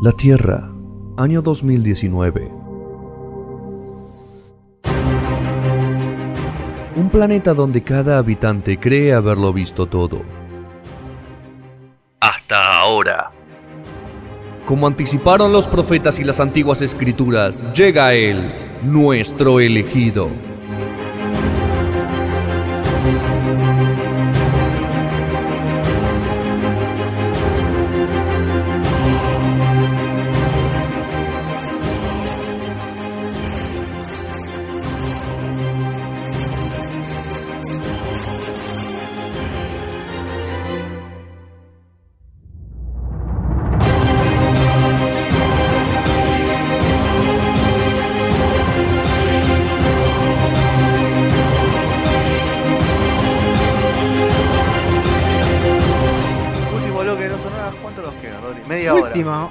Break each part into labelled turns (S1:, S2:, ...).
S1: La Tierra, año 2019. Un planeta donde cada habitante cree haberlo visto todo. Hasta ahora. Como anticiparon los profetas y las antiguas escrituras, llega Él, nuestro elegido.
S2: Último bloque de no sonoras, ¿cuánto nos queda, Rodri? Media
S3: Última.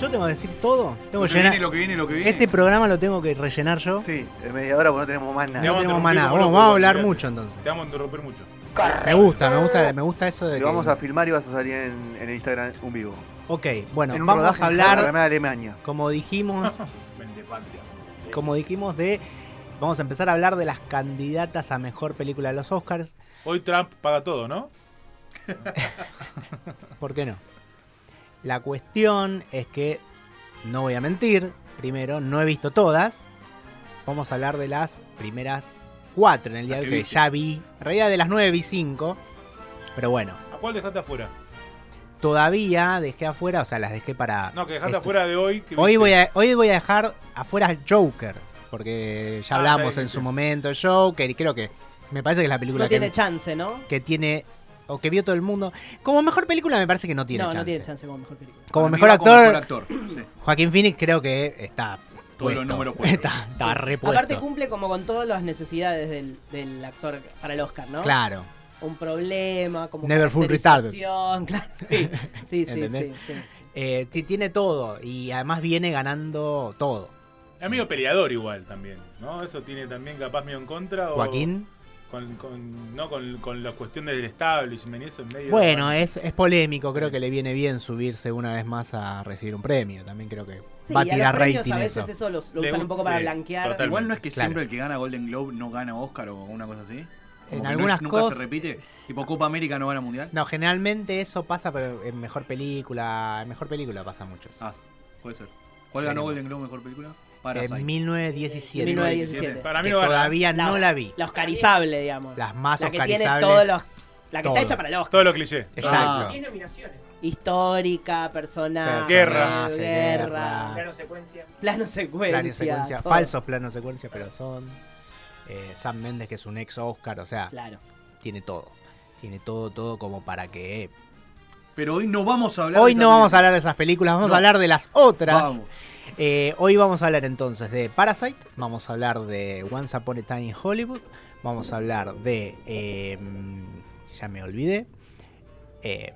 S3: Yo tengo que decir todo. Tengo que
S4: Lo que viene,
S3: llenar.
S4: lo que viene, lo que viene.
S3: Este programa lo tengo que rellenar yo.
S2: hora. Sí, en media hora porque no tenemos más nada.
S4: No,
S3: No tenemos
S4: vamos a interrumpir
S3: más nada.
S4: como
S3: Bueno,
S4: loco,
S3: vamos a hablar
S4: olvidate.
S3: mucho entonces.
S4: Te vamos a interrumpir mucho.
S3: Me gusta, me gusta, me gusta eso de.
S2: Lo
S3: que-
S2: vamos a filmar y vas a salir en, en el Instagram un vivo.
S3: Ok, bueno,
S2: en un
S3: vamos
S2: rodaje
S3: a
S2: en
S3: hablar,
S2: Alemania, Alemania.
S3: como dijimos,
S4: Vente, patria.
S3: como dijimos de. Vamos a empezar a hablar de las candidatas a mejor película de los Oscars.
S4: Hoy Trump paga todo, ¿no?
S3: ¿Por qué no? La cuestión es que, no voy a mentir, primero, no he visto todas. Vamos a hablar de las primeras cuatro en el día
S4: Las
S3: de
S4: que
S3: hoy, que
S4: viste.
S3: ya vi. En realidad de las nueve vi cinco. Pero bueno,
S4: ¿A cuál dejaste afuera?
S3: todavía dejé afuera, o sea, las dejé para...
S4: No, que dejaste
S3: esto.
S4: afuera de hoy. que
S3: Este. Hoy
S4: viste.
S3: voy, a, hoy voy a dejar afuera Joker, porque ya
S4: Ah,
S3: hablamos
S4: está bien,
S3: en su
S4: sí.
S3: momento de Joker y creo que... Me parece que es la película
S5: No
S3: que,
S5: tiene chance, ¿no?
S3: que tiene... O que vio todo el mundo. Como mejor película me parece que no tiene
S5: no,
S3: chance.
S5: no tiene chance como mejor película.
S3: Como
S4: Para mí
S3: mejor
S4: va
S3: actor,
S4: mejor actor. Sí.
S3: Joaquín Phoenix creo que está
S4: Todo lo
S3: puesto.
S4: número cuatro.
S3: Está, está
S5: Sí.
S3: repuesto.
S5: Aparte cumple como con todas las necesidades del, del actor para el Oscar, ¿no?
S3: Claro.
S5: Un problema, como
S3: Never full retarded.
S5: caracterización, Claro. Sí, sí, sí, sí,
S3: ¿Entendés?
S5: sí.
S3: Eh, sí, tiene todo y además viene ganando todo.
S4: Es medio peleador igual también, ¿no? Eso tiene también capaz medio en
S5: Oh.
S4: contra. o-
S3: Joaquín.
S4: Con, con- no, con, con las cuestiones del establishment y eso en medio.
S3: Bueno, es, es polémico, creo
S4: Sí.
S3: que le viene bien subirse una vez más a recibir un premio. También creo que
S5: Sí,
S3: va a
S5: y los
S3: tirar
S5: premios
S3: rating
S5: a veces
S3: eso.
S5: eso, lo, lo
S4: Le
S5: usan un
S4: gusta-
S5: poco para
S4: sí,
S5: blanquear.
S4: total.
S6: Igual no es que
S3: Claro.
S6: siempre el que gana Golden Globe no gana Oscar o una cosa así. Como
S3: En
S6: que no
S3: algunas
S6: es- nunca
S3: cosas-
S6: se repite. Tipo Copa América no gana Mundial.
S3: No, generalmente eso pasa, pero en mejor película, en mejor película pasa mucho. eso.
S6: Ah, puede ser. ¿Cuál ganó
S3: Veremos.
S6: Golden Globe mejor película?
S3: en
S6: Parasite.
S3: 1917.
S5: 1917.
S4: Para mí
S3: eh, que
S4: no gana.
S3: todavía no la vi.
S5: La oscarizable, digamos.
S3: Las más
S5: la que tiene
S3: oscarizables.
S5: todos los. La que
S3: Todo.
S5: está hecha para el Oscar.
S4: Todo lo cliché.
S5: Ah.
S3: Exacto.
S7: Diez nominaciones.
S3: Ah.
S5: Histórica, personal.
S4: Guerra.
S5: Guerra.
S7: Plano secuencia.
S5: Plano secuencia.
S3: planos secuencia,
S5: todo.
S3: falsos planos secuencia, pero son. Eh, Sam Méndez, que es un ex Oscar, o sea,
S5: Claro.
S3: tiene todo. Tiene todo, todo como para que. eh,
S6: Pero hoy no vamos a hablar
S3: Hoy
S6: de
S3: no vamos a hablar de esas películas, vamos
S6: No.
S3: a hablar de las otras.
S6: Vamos.
S3: Eh, hoy vamos a hablar entonces de Parasite, vamos a hablar de Once Upon a Time in Hollywood, vamos a hablar de. eh, ya me olvidé. Eh,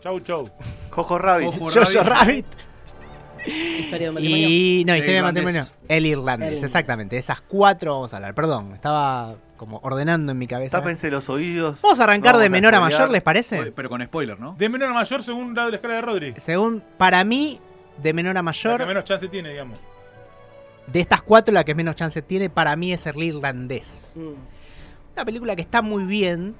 S4: Chau, chau.
S2: Jojo Rabbit.
S6: Ojo,
S3: Jojo
S6: Rabbit.
S3: Rabbit
S5: Historia de un matrimonio.
S3: y. No, historia de
S6: irlandés.
S3: matrimonio. El irlandés,
S5: El irlandés.
S3: exactamente. de Esas cuatro vamos a hablar. Perdón, estaba como ordenando en mi cabeza.
S2: Tápense los oídos.
S3: Vamos a arrancar
S2: No,
S3: de
S2: vamos a
S3: menor a
S2: spoilear.
S3: mayor, ¿les parece?
S6: Oye, Pero con spoiler, ¿no?
S4: De menor a mayor según la, la escala de Rodri.
S3: Según, para mí, de menor a
S4: La que
S3: mayor,
S4: menos chance tiene, digamos.
S3: de estas cuatro, la que menos chance tiene para mí es el irlandés.
S5: Mm.
S3: Una película que está muy bien,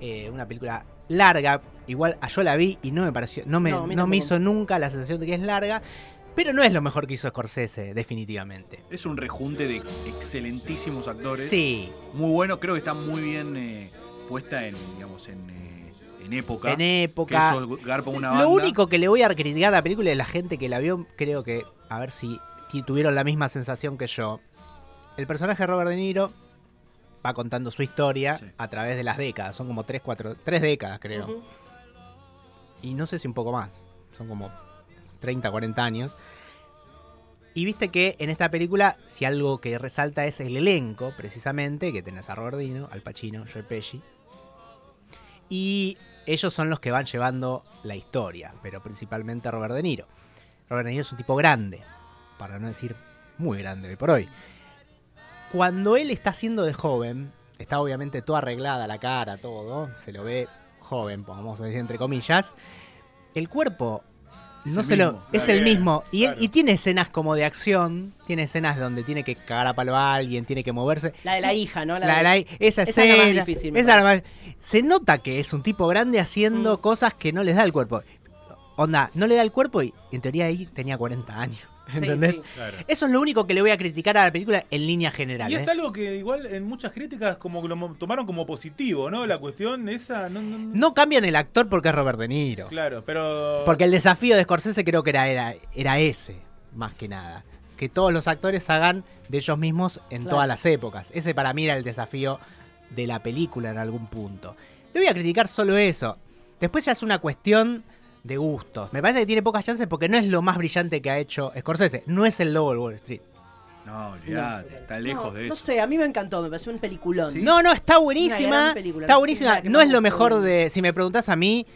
S3: eh, una película larga, igual a yo la vi y no me pareció, no me,
S5: No, a mí
S3: no me
S5: tampoco.
S3: hizo nunca la sensación de que es larga, pero no es lo mejor que hizo Scorsese, definitivamente.
S6: Es un rejunte de excelentísimos actores.
S3: Sí,
S6: Muy bueno, creo que está muy bien eh, puesta en, digamos, en, eh, en época.
S3: en
S6: que
S3: época.
S6: eso garpa una banda.
S3: Lo único que le voy a criticar a la película es la gente que la vio, creo que, a ver si ti- tuvieron la misma sensación que yo. El personaje de Robert De Niro va contando su historia
S6: Sí.
S3: a través de las décadas, son como tres, cuatro, tres décadas creo.
S5: Ujú.
S3: Y no sé si un poco más, son como 30, 40 años. Y viste que en esta película, si algo que resalta es el elenco, precisamente, que tenés a Robert De Niro, Al Pacino, Joe Pesci. Y ellos son los que van llevando la historia, pero principalmente Robert De Niro. Robert De Niro es un tipo grande, para no decir muy grande hoy por hoy. Cuando él está siendo de joven, está obviamente toda arreglada la cara, pues, todo, se lo ve joven, pongamos decir entre comillas, el cuerpo
S6: Es
S3: No
S6: el
S3: se lo-
S6: mismo.
S3: es
S4: Está
S3: el
S4: bien,
S3: mismo. Y,
S4: claro.
S3: y tiene escenas como de acción, tiene escenas donde tiene que cagar a palo a alguien, tiene que moverse.
S5: La de la hija, ¿no?
S3: La- la- esa
S5: esa es la
S3: escena.
S5: más difícil, me
S3: esa es la más- se nota que es un tipo grande haciendo
S5: Mm.
S3: cosas que no les da el cuerpo. Onda, no le da el cuerpo y en teoría ahí tenía 40 años.
S5: Sí,
S3: ¿Entendés?
S5: sí.
S4: Claro.
S3: Eso es lo único que le voy a criticar a la película en línea general.
S4: Y es
S3: ¿eh?
S4: algo que igual en muchas críticas como que lo mo- tomaron como positivo, ¿no? La cuestión esa no, no-
S3: No cambian el actor porque es Robert De Niro.
S4: claro, pero
S3: Porque el desafío de Scorsese creo que era, era, era ese, más que nada. Que todos los actores hagan de ellos mismos en
S5: Claro.
S3: todas las épocas. Ese para mí era el desafío de la película en algún punto. Le voy a criticar solo eso. Después ya es una cuestión de gustos. Me parece que tiene pocas chances porque no es lo más brillante que ha hecho Scorsese. No es el Lobo de Wall Street.
S6: No, olvidate, está
S5: no,
S6: lejos de
S5: No
S6: eso.
S5: sé, a mí me encantó, me pareció un peliculón.
S6: Sí.
S3: No, no, está buenísima.
S5: gran película,
S3: Está
S5: no sé,
S3: buenísima.
S5: nada que
S3: No
S5: me
S3: es lo
S5: guste.
S3: mejor de... Si me preguntás a mí,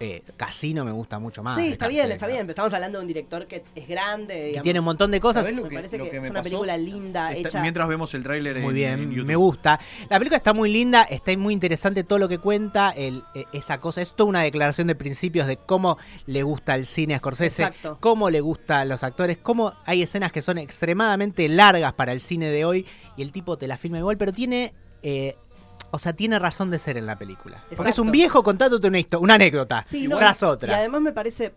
S3: eh, Casino me gusta mucho más.
S5: sí,
S3: de
S5: está bien,
S3: Scorsese.
S5: está bien, pero estamos hablando de un director que es grande.
S3: Y
S5: digamos.
S3: tiene un montón de cosas.
S6: ¿Sabés
S5: Me
S6: Lo que-
S5: parece
S6: lo
S5: que,
S6: que me
S5: es una
S6: pasó,
S5: película linda,
S6: Está-
S5: hecha.
S6: mientras vemos el tráiler en,
S3: Muy
S6: en
S3: bien,
S6: YouTube.
S3: me gusta. La película está muy linda, está muy interesante todo lo que cuenta, el, eh, esa cosa, es toda una declaración de principios de cómo le gusta el cine a Scorsese,
S5: Exacto.
S3: cómo le gusta a los actores, cómo hay escenas que son extremadamente largas para el cine de hoy y el tipo te la filma igual, pero tiene, eh, o sea, tiene razón de ser en la película. Porque es
S5: Exacto.
S3: un viejo contándote una, histo- una anécdota
S5: Sí, no,
S3: tras
S5: y- Y
S3: otra.
S5: además me parece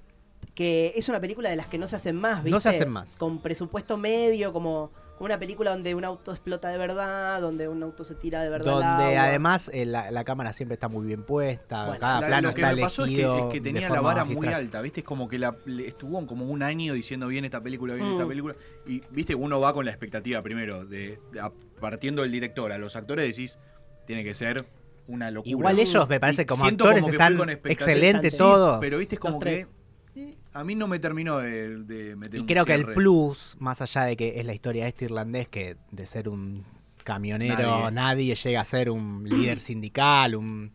S5: que es una película de las que no se hacen más, ¿viste?
S3: No se hacen más.
S5: Con presupuesto medio, como, como una película donde un auto explota de verdad, donde un auto se tira de verdad. al
S3: donde
S5: agua.
S3: además eh, la, la cámara siempre está muy bien puesta,
S5: Bueno,
S3: cada
S6: La-
S3: plano
S6: lo que
S3: está
S6: me pasó es que,
S3: elegido
S6: es que
S3: de
S6: tenía la
S3: forma
S6: vara muy
S3: magistral.
S6: alta, ¿viste? Es como que la, le- estuvo como un año diciendo bien esta película, bien
S5: Mm.
S6: esta película. Y, ¿viste? Uno va con la expectativa primero, de, de- a- partiendo del director a los actores, decís, tiene que ser una locura.
S5: Mm.
S3: Igual ellos me parece
S6: Y
S3: como
S6: siento
S3: actores
S6: como que fui
S3: están
S6: con expectativa.
S3: excelente
S5: Sí,
S3: todo.
S6: Pero, ¿viste? Es como
S5: Los
S6: que
S5: tres.
S6: eh, a mí no me terminó de, de meter
S3: Y
S6: un
S3: creo que el
S6: cierre.
S3: plus, más allá de que es la historia de este irlandés que de ser un camionero nadie,
S6: Nadie.
S3: llega a ser un líder sindical, un-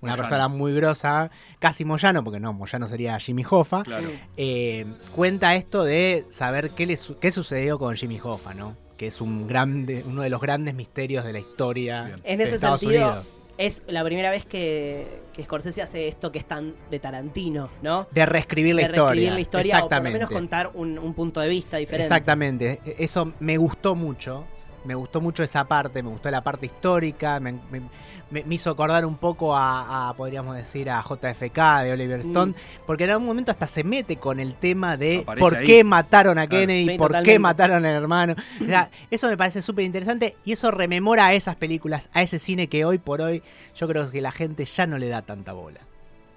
S3: una
S6: Moyano.
S3: persona muy grosa, casi Moyano, porque no, Moyano sería Jimmy Hoffa,
S6: Claro.
S3: eh, cuenta esto de saber qué, le su- qué sucedió con Jimmy Hoffa, ¿no? Que es un grande, uno de los grandes misterios de la historia
S6: Bien.
S5: En
S3: de
S5: ese
S3: Estados
S5: sentido,
S3: Unidos.
S5: Es la primera vez que, que Scorsese hace esto que es tan de Tarantino, ¿no?
S3: De reescribir la
S5: de
S3: historia.
S5: reescribir la historia o por lo
S3: Exactamente.
S5: menos contar un, un punto de vista diferente.
S3: Exactamente, E- eso me gustó mucho. Me gustó mucho esa parte, me gustó la parte histórica, me, me- me- me hizo acordar un poco a, a, podríamos decir, a JFK de Oliver
S5: Mm.
S3: Stone, porque en algún momento hasta se mete con el tema de
S6: Aparece
S3: por
S6: ahí.
S3: qué mataron a
S6: Claro.
S3: Kennedy,
S5: Sí,
S3: por qué
S5: totalmente.
S3: mataron al hermano. O sea, eso me parece súper interesante y eso rememora a esas películas, a ese cine que hoy por hoy yo creo que la gente ya no le da tanta bola.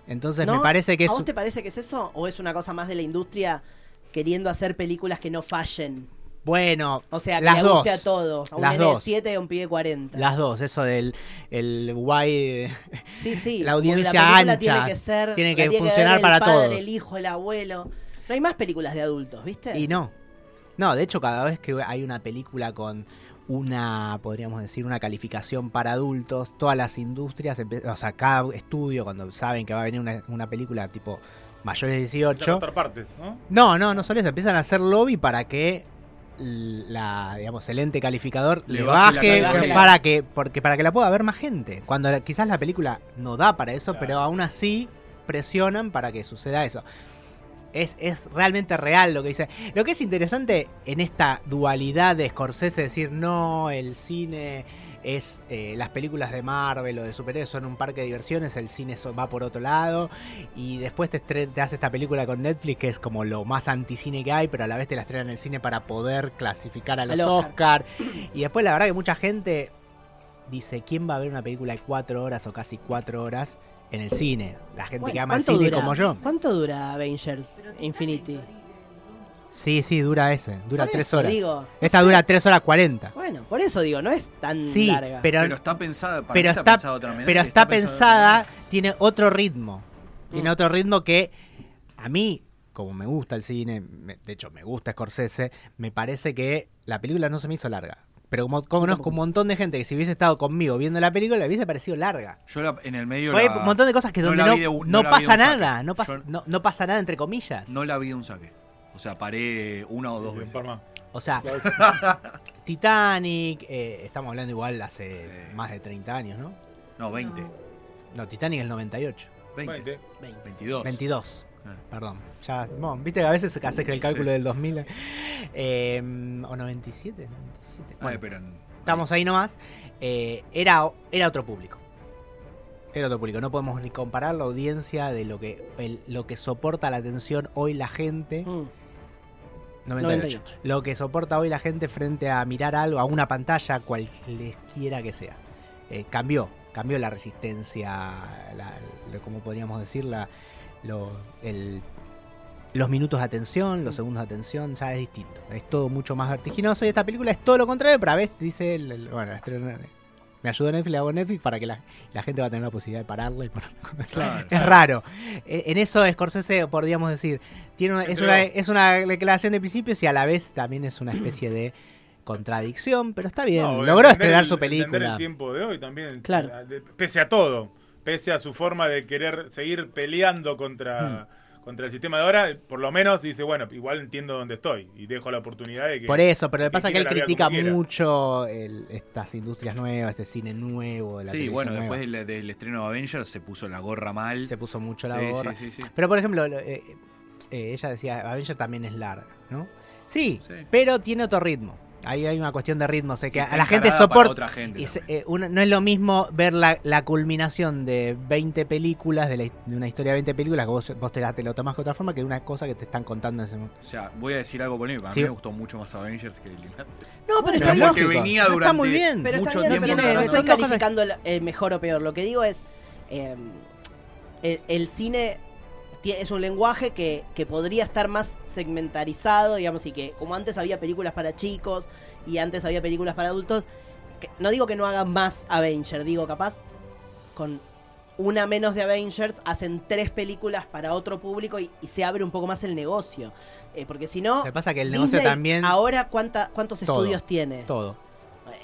S3: Entonces
S5: ¿No?
S3: me parece que
S5: ¿A
S3: es...
S5: vos te parece que es eso? ¿O es una cosa más de la industria queriendo hacer películas que no fallen?
S3: Bueno,
S5: O sea, que
S3: Las
S5: le guste
S3: dos.
S5: a todos. A un
S3: Las
S5: nene de
S3: dos.
S5: 7 y a un pibe de 40.
S3: las dos, eso del el guay...
S5: Sí, sí.
S3: La
S5: como que
S3: audiencia
S5: película
S3: ancha.
S5: Tiene que ser.
S3: Tiene
S5: la
S3: que funcionar
S5: ver
S3: para
S5: el padre,
S3: todos.
S5: El hijo, el abuelo. No hay más películas de adultos, ¿viste?
S3: Y no. No, de hecho, cada vez que hay una película con una, podríamos decir, una calificación para adultos, todas las industrias, empie- o sea, cada estudio, cuando saben que va a venir una, una película tipo mayores de
S4: Empieza a
S3: 18,
S4: cortar partes, ¿no?
S3: no, no, no solo eso, empiezan a hacer lobby para que l- la digamos el ente calificador le,
S6: Le baje
S3: baje,
S6: la
S5: categoría.
S3: para que porque para que la pueda ver más gente cuando la- quizás la película no da para eso
S4: Claro.
S3: pero aún así presionan para que suceda eso es, es realmente real lo que dice lo que es interesante en esta dualidad de Scorsese decir no el cine es eh, las películas de Marvel o de superhéroes son un parque de diversiones el cine so- va por otro lado y después te, estre- te hace esta película con Netflix que es como lo más anticine que hay, pero a la vez te la estrenan en el cine para poder clasificar a los
S5: Al
S3: Oscar. Y después la verdad que mucha gente dice, ¿quién va a ver una película de cuatro horas o casi cuatro horas en el cine? La gente
S5: Bueno,
S3: que ama el
S5: ¿cuánto
S3: cine
S5: dura?
S3: como yo.
S5: ¿Cuánto dura Avengers Infinity?
S3: Sí, sí, dura ese, dura
S5: Por
S3: tres
S5: eso
S3: horas.
S5: digo, no
S3: Esta
S5: sé.
S3: dura tres horas cuarenta.
S5: Bueno, por eso digo, no es tan
S3: Sí,
S5: Mm, larga.
S3: pero,
S6: Pero está pensada para
S3: pero
S6: mí
S3: está-
S6: pensada de otra manera,
S3: pero está,
S6: pensada de
S3: pensada,
S6: otra
S3: tiene otro ritmo. Tiene
S5: Mm.
S3: otro ritmo que a mí, como me gusta el cine, me- de hecho me gusta Scorsese, me parece que la película no se me hizo larga. Pero como conozco un montón de gente que si hubiese estado conmigo viendo la película, le hubiese parecido larga.
S6: manera. Yo la- en el medio
S3: Porque
S6: la-
S3: hay un montón de cosas que
S6: no
S3: donde
S6: la
S3: no,
S6: vi de un-
S3: no
S6: no la vi de
S3: pasa
S6: un saque.
S3: nada, no pasa,
S6: Yo-
S3: no, no pasa nada entre comillas.
S6: no la vi de un saque. O sea, paré una o dos
S4: Sí,
S6: veces.
S4: forma.
S3: O sea, Titanic, eh, estamos hablando igual hace
S6: Sí.
S3: más de 30 años, ¿no?
S6: No, 20.
S3: No, Titanic es el 98,
S6: 20.
S4: Veinte.
S6: 22.
S3: 22. Perdón. Ya, bueno, viste que a veces haces el cálculo del 2000 eh, o 97, 97.
S6: Bueno,
S3: Bueno,
S6: Ah, pero en-
S3: estamos ahí nomás. Eh, era, era otro público. Era otro público. No podemos ni comparar la audiencia de lo que, el- lo que soporta la atención hoy la gente.
S5: Mm.
S3: 98.
S5: 98.
S3: Lo que soporta hoy la gente frente a mirar algo, a una pantalla, cualquiera que sea. Eh, cambió, cambió la resistencia, la, lo- ¿cómo podríamos decir? La, lo- el- los minutos de atención, los segundos de atención, ya es distinto. Es todo mucho más vertiginoso y esta película es todo lo contrario, pero a veces dice, el- el- bueno, la estreno- me ayudó Netflix, la hago Netflix para que la, la gente va a tener la posibilidad de pararla y ponerla cuando quiera.
S6: Claro.
S3: Es raro. Eh, En eso Scorsese, podríamos decir, tiene una- es,
S6: Entregó.
S3: una, es una declaración de principios y a la vez también es una especie de contradicción, pero está bien.
S4: No,
S3: Logró
S4: entender
S3: estrenar
S4: el-
S3: su
S4: entender
S3: película.
S4: el tiempo de hoy también.
S5: Claro.
S4: la- de- Pese a todo. Pese a su forma de querer seguir peleando contra,
S6: Hmm.
S4: contra el sistema de ahora, por lo menos dice, bueno, igual entiendo dónde estoy y dejo la oportunidad de que...
S3: Por e-". eso, pero le
S4: que
S3: pasa que él
S4: quiera la vida
S3: critica
S4: como quiera.
S3: mucho el- estas industrias nuevas, este cine nuevo, la
S6: Sí,
S3: televisión
S6: bueno,
S3: nueva.
S6: después del, del estreno de Avengers se puso la gorra mal.
S3: se puso mucho la
S6: Sí,
S3: gorra.
S6: Sí, sí, sí.
S3: Pero por ejemplo, lo- eh, eh, ella decía, Avenger también es larga, ¿no? Sí,
S6: Sí.
S3: pero tiene otro ritmo. Ahí hay una cuestión de ritmo, o sea que a la
S6: Encarada
S3: gente
S6: para
S3: soporta...
S6: otra gente
S3: Y se-
S6: también.
S3: eh, uno- no es lo mismo ver la, la culminación de 20 películas, de, la his- de una historia de 20 películas, que vos, vos te, la, te lo tomás de otra forma que una cosa que te están contando en ese momento.
S6: O sea, voy a decir algo polémico. A mí
S3: Sí.
S6: me gustó mucho más Avengers que el
S5: No, pero
S3: Pero
S5: está
S3: es lógico.
S5: bien.
S6: porque venía
S3: Está
S6: durante
S3: muy bien.
S5: Pero está
S6: mucho
S5: bien, no,
S6: tiempo.
S5: tiene- no
S3: hablando.
S5: estoy
S3: Son dos cosas-
S5: calificando el- eh, mejor o peor. Lo que digo es, eh, el, el cine ti- es un lenguaje que, que podría estar más segmentarizado, digamos, y que como antes había películas para chicos y antes había películas para adultos, que- no digo que no hagan más Avengers, digo capaz con una menos de Avengers hacen tres películas para otro público y, y se abre un poco más el negocio. Eh, porque si no...
S3: Lo que pasa es que el negocio
S5: Disney
S3: también...
S5: Ahora, cuánta, ¿cuántos
S3: Todo.
S5: estudios tiene?
S3: Todo.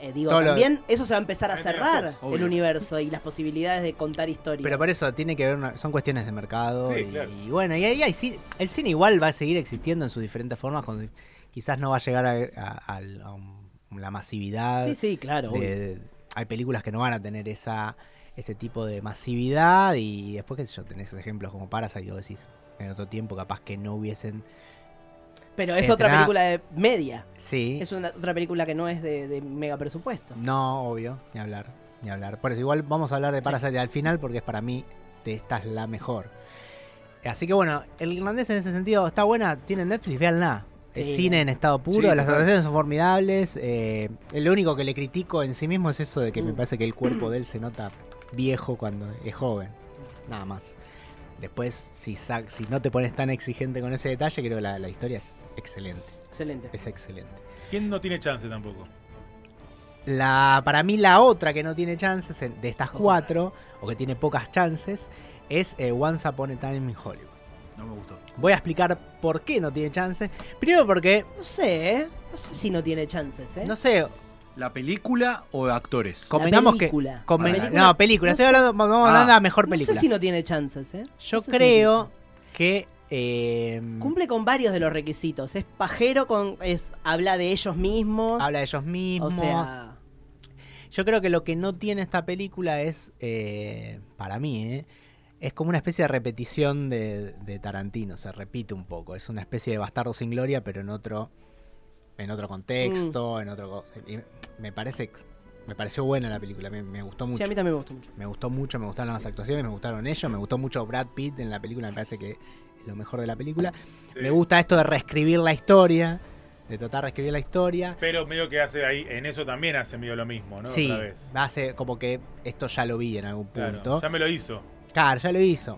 S5: Eh, digo,
S3: Todo lo-
S5: también eso se va a empezar a cerrar
S6: obvio.
S5: el universo y las posibilidades de contar historias.
S3: Pero por eso tiene que ver, una- son cuestiones de mercado.
S4: Sí,
S3: y,
S4: claro.
S3: y bueno, y ahí hay cine- el cine igual va a seguir existiendo en sus diferentes formas, con- quizás no va a llegar a, a- al- a un- la masividad.
S5: sí, sí, claro.
S3: de-
S5: obvio.
S3: de- hay películas que no van a tener esa ese tipo de masividad y después qué sé yo tenés ejemplos como Parasite o decís en otro tiempo capaz que no hubiesen
S5: Pero es
S3: Tendrá-
S5: otra película de media.
S3: sí Mm.
S5: Es una, otra película que no es de, de mega presupuesto.
S3: no obvio ni hablar ni hablar por eso igual vamos a hablar de Parasite al final porque es para mí de estas la mejor así que bueno el irlandés en ese sentido está buena tiene Netflix véanla es
S5: Sí.
S3: cine en estado puro,
S6: Sí,
S3: las
S6: total.
S3: actuaciones son formidables. eh, lo único que le critico en sí mismo es eso de que me
S5: Mm.
S3: parece que el cuerpo de él se nota viejo cuando es joven. Nada más. Después, si, sa- si no te pones tan exigente con ese detalle, creo que la, la historia es excelente.
S5: Excelente.
S3: Es excelente.
S4: ¿Quién no tiene chance tampoco?
S3: La, para mí, la otra que no tiene chances en- de estas cuatro, o que tiene pocas chances, es eh, Once Upon a Time in Hollywood.
S6: No me gustó.
S3: Voy a explicar por qué no tiene chances. Primero porque,
S5: No sé, ¿eh? No sé si no tiene chances, ¿eh?
S3: no sé,
S6: ¿La película o actores?
S5: La
S3: convengamos que...
S5: película. La
S3: conven-
S5: película-
S3: no, película.
S5: no
S3: Estoy
S5: sé-
S3: hablando, vamos hablando
S6: Ah.
S3: de la mejor
S5: No
S3: película.
S5: sé si no tiene chances,
S3: Yo
S5: ¿eh? No sé si no tiene
S3: creo
S5: chances.
S3: que... eh,
S5: Cumple con varios de los requisitos. Es pajero, con es habla de ellos mismos.
S3: habla de ellos
S5: o
S3: mismos.
S5: sea,
S3: Yo creo que lo que no tiene esta película es, eh, para mí, eh, es como una especie de repetición de, de Tarantino, se repite un poco. Es una especie de bastardo sin gloria, pero en otro, en otro
S5: Mm.
S3: contexto, en otro cosa. Y me parece, me pareció buena la película, me, me gustó mucho.
S5: sí, a mí también me gusta mucho.
S3: Me gustó mucho, me gustaron las actuaciones, me gustaron ellos, me gustó mucho Brad Pitt en la película, me parece que es lo mejor de la película.
S4: Sí.
S3: Me gusta esto de reescribir la historia, de tratar de reescribir la historia.
S4: Pero medio que hace ahí, en eso también hace medio lo mismo, ¿no?
S3: Sí,
S4: Otra vez.
S3: hace como que esto ya lo vi en algún
S4: Claro,
S3: punto.
S4: ya me lo hizo.
S3: Claro, ya lo hizo.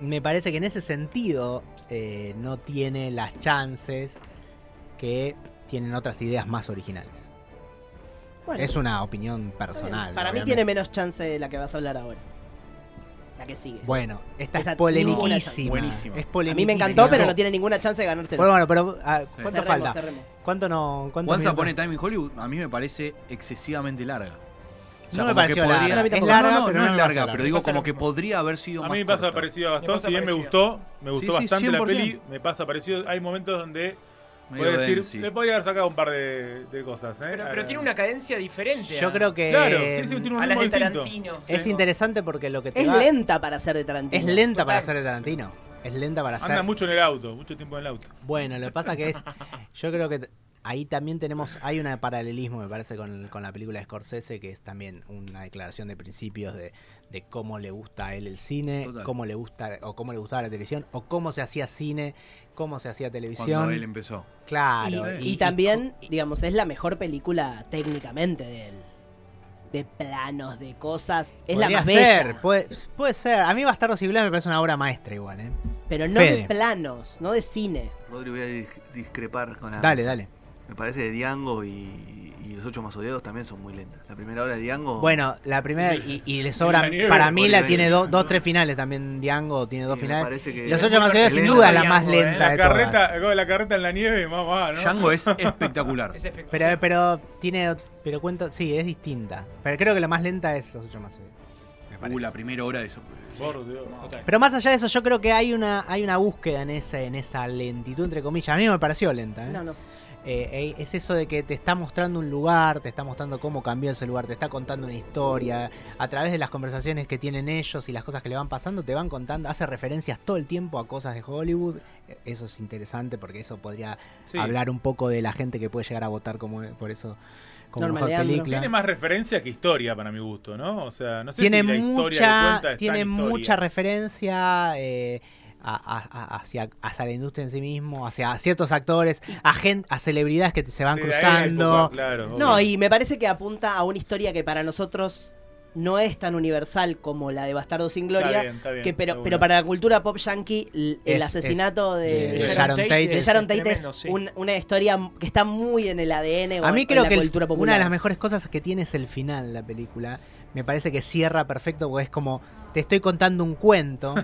S3: Me parece que en ese sentido eh, no tiene las chances que tienen otras ideas más originales.
S5: Bueno,
S3: es una opinión
S5: está bien.
S3: personal.
S5: Para mí
S3: obviamente.
S5: tiene menos chance de la que vas a hablar ahora. La que sigue.
S3: Bueno, esta
S5: Esa
S3: es
S5: ninguna
S3: polemiquísima.
S5: chance.
S6: Buenísima.
S3: Es
S5: A
S3: polemiquísima.
S5: mí me encantó, pero no tiene ninguna chance de ganárselo.
S3: Bueno, bueno, pero ah, ¿cuánto
S5: cerremos,
S3: falta?
S5: cerremos.
S3: ¿Cuánto no? ¿Cuánto
S6: Once Upon a Time in Hollywood a mí me parece excesivamente larga. O
S3: No
S6: sea,
S3: me
S6: como
S3: pareció
S6: que
S3: larga.
S6: podría-
S3: Es
S6: No,
S3: larga,
S6: no, no,
S3: pero
S6: no
S3: no
S6: es
S3: me
S6: larga,
S3: pareció larga.
S6: pero digo
S7: Me pasa
S6: como
S7: lo
S6: que
S7: mismo.
S6: podría haber sido
S4: A
S6: más
S4: mí me pasa
S6: corta.
S4: parecido a
S7: Me
S4: Gastón,
S7: pasa
S4: si bien me
S7: parecido.
S4: gustó, me gustó
S6: sí,
S4: bastante la
S6: 100%.
S4: peli, me pasa parecido. Hay momentos donde
S6: Medio
S4: puedo decir,
S6: dense.
S4: le podría haber sacado un par de, de cosas, ¿eh?
S7: Pero,
S4: Ah,
S7: pero tiene una cadencia diferente.
S3: Yo
S7: a-
S3: creo que
S4: Claro, sí, sí, tiene un
S7: a las
S4: ritmo
S7: de
S4: distinto.
S7: Tarantino.
S3: es interesante porque lo que te
S5: Es
S3: va-
S5: lenta para ser de Tarantino.
S3: es lenta para
S7: Total.
S3: ser de Tarantino. es lenta para hacer.
S4: Anda mucho en el auto, mucho tiempo en el auto.
S3: Bueno, lo que pasa que es. Yo creo que t- ahí también tenemos. Hay un paralelismo, me parece, con, con la película de Scorsese, que es también una declaración de principios de, de cómo le gusta a él el cine,
S6: Total.
S3: cómo le gusta o cómo le gustaba la televisión, o cómo se hacía cine, cómo se hacía televisión.
S6: Cuando él em- empezó.
S5: Y,
S3: Claro.
S5: y también, digamos, es la mejor película técnicamente de él. De planos, de cosas. Es la
S3: podría
S5: más
S3: ser,
S5: bella.
S3: Puede, puede ser. A mí Bastardo y Gloria me parece una obra maestra igual, ¿eh?
S5: Pero no
S3: Fede.
S5: de planos, no de cine.
S2: Rodri, voy a dis- discrepar con la.
S3: Dale, dale.
S2: Me parece de Diango y, y los ocho más odiados también son muy lentas. La primera hora de Diango.
S3: Bueno, la primera y, y le sobra.
S4: La nieve,
S3: Para mí la
S2: Oliver.
S3: tiene do- dos, tres finales también. Diango tiene dos
S2: me
S3: finales.
S2: parece que-
S3: Los
S2: es
S3: ocho
S2: muy
S3: más Odiados, sin
S2: lenta.
S3: duda es la más
S7: Diango, ¿eh?
S3: lenta
S4: La
S3: de
S4: carreta,
S3: todas.
S4: con la carreta en la nieve, mamá, ¿no?
S6: Django es espectacular.
S7: Es espectacular.
S3: Pero, eh, pero tiene, pero cuento, sí, es distinta. Pero creo que la más lenta es los ocho más Odiados, me
S6: Uh,
S3: parece.
S6: la primera hora de eso.
S4: Por Dios.
S7: Total.
S3: Pero más allá de eso, yo creo que hay una, hay una búsqueda en esa, en esa lentitud entre comillas. A mí no me pareció lenta. ¿eh?
S5: No, no.
S3: Eh, eh, es eso de que te está mostrando un lugar, te está mostrando cómo cambió ese lugar, te está contando una historia. A través de las conversaciones que tienen ellos y las cosas que le van pasando, te van contando, hace referencias todo el tiempo a cosas de Hollywood. Eh, Eso es interesante porque eso podría
S4: Sí.
S3: hablar un poco de la gente que puede llegar a votar como por eso como
S5: Norma
S3: mejor
S5: Leandro.
S3: película.
S4: Tiene más referencia que historia, para mi gusto, ¿no? O sea, no sé
S3: tiene
S4: si la historia que
S3: mucha,
S4: cuenta es
S3: tiene
S4: tan historia.
S3: mucha referencia eh, a- a- a- hacia, hacia la industria en sí mismo, hacia ciertos actores, a, gen- a celebridades que te- se van
S4: De la
S3: cruzando.
S4: época, claro,
S5: No,
S4: obvio.
S5: y me parece que apunta a una historia que para nosotros no es tan universal como la de Bastardo sin Gloria.
S4: Está bien, está bien,
S5: que pero,
S4: está
S5: pero
S4: bueno.
S5: para la cultura pop yankee, l- el
S3: Es-
S5: asesinato
S3: es-
S5: de,
S3: de
S5: de
S3: Sharon
S5: Sharon,
S3: Tate
S5: Tate,
S3: es
S5: es,
S7: tremendo, sí.
S5: un- una historia m- que está muy en el ADN o
S3: A
S5: en-
S3: mí
S5: en
S3: creo
S5: la
S3: que el-
S5: cultura popular.
S3: una de las mejores cosas que tiene es el final la película. Me parece que cierra perfecto porque es como te estoy contando un cuento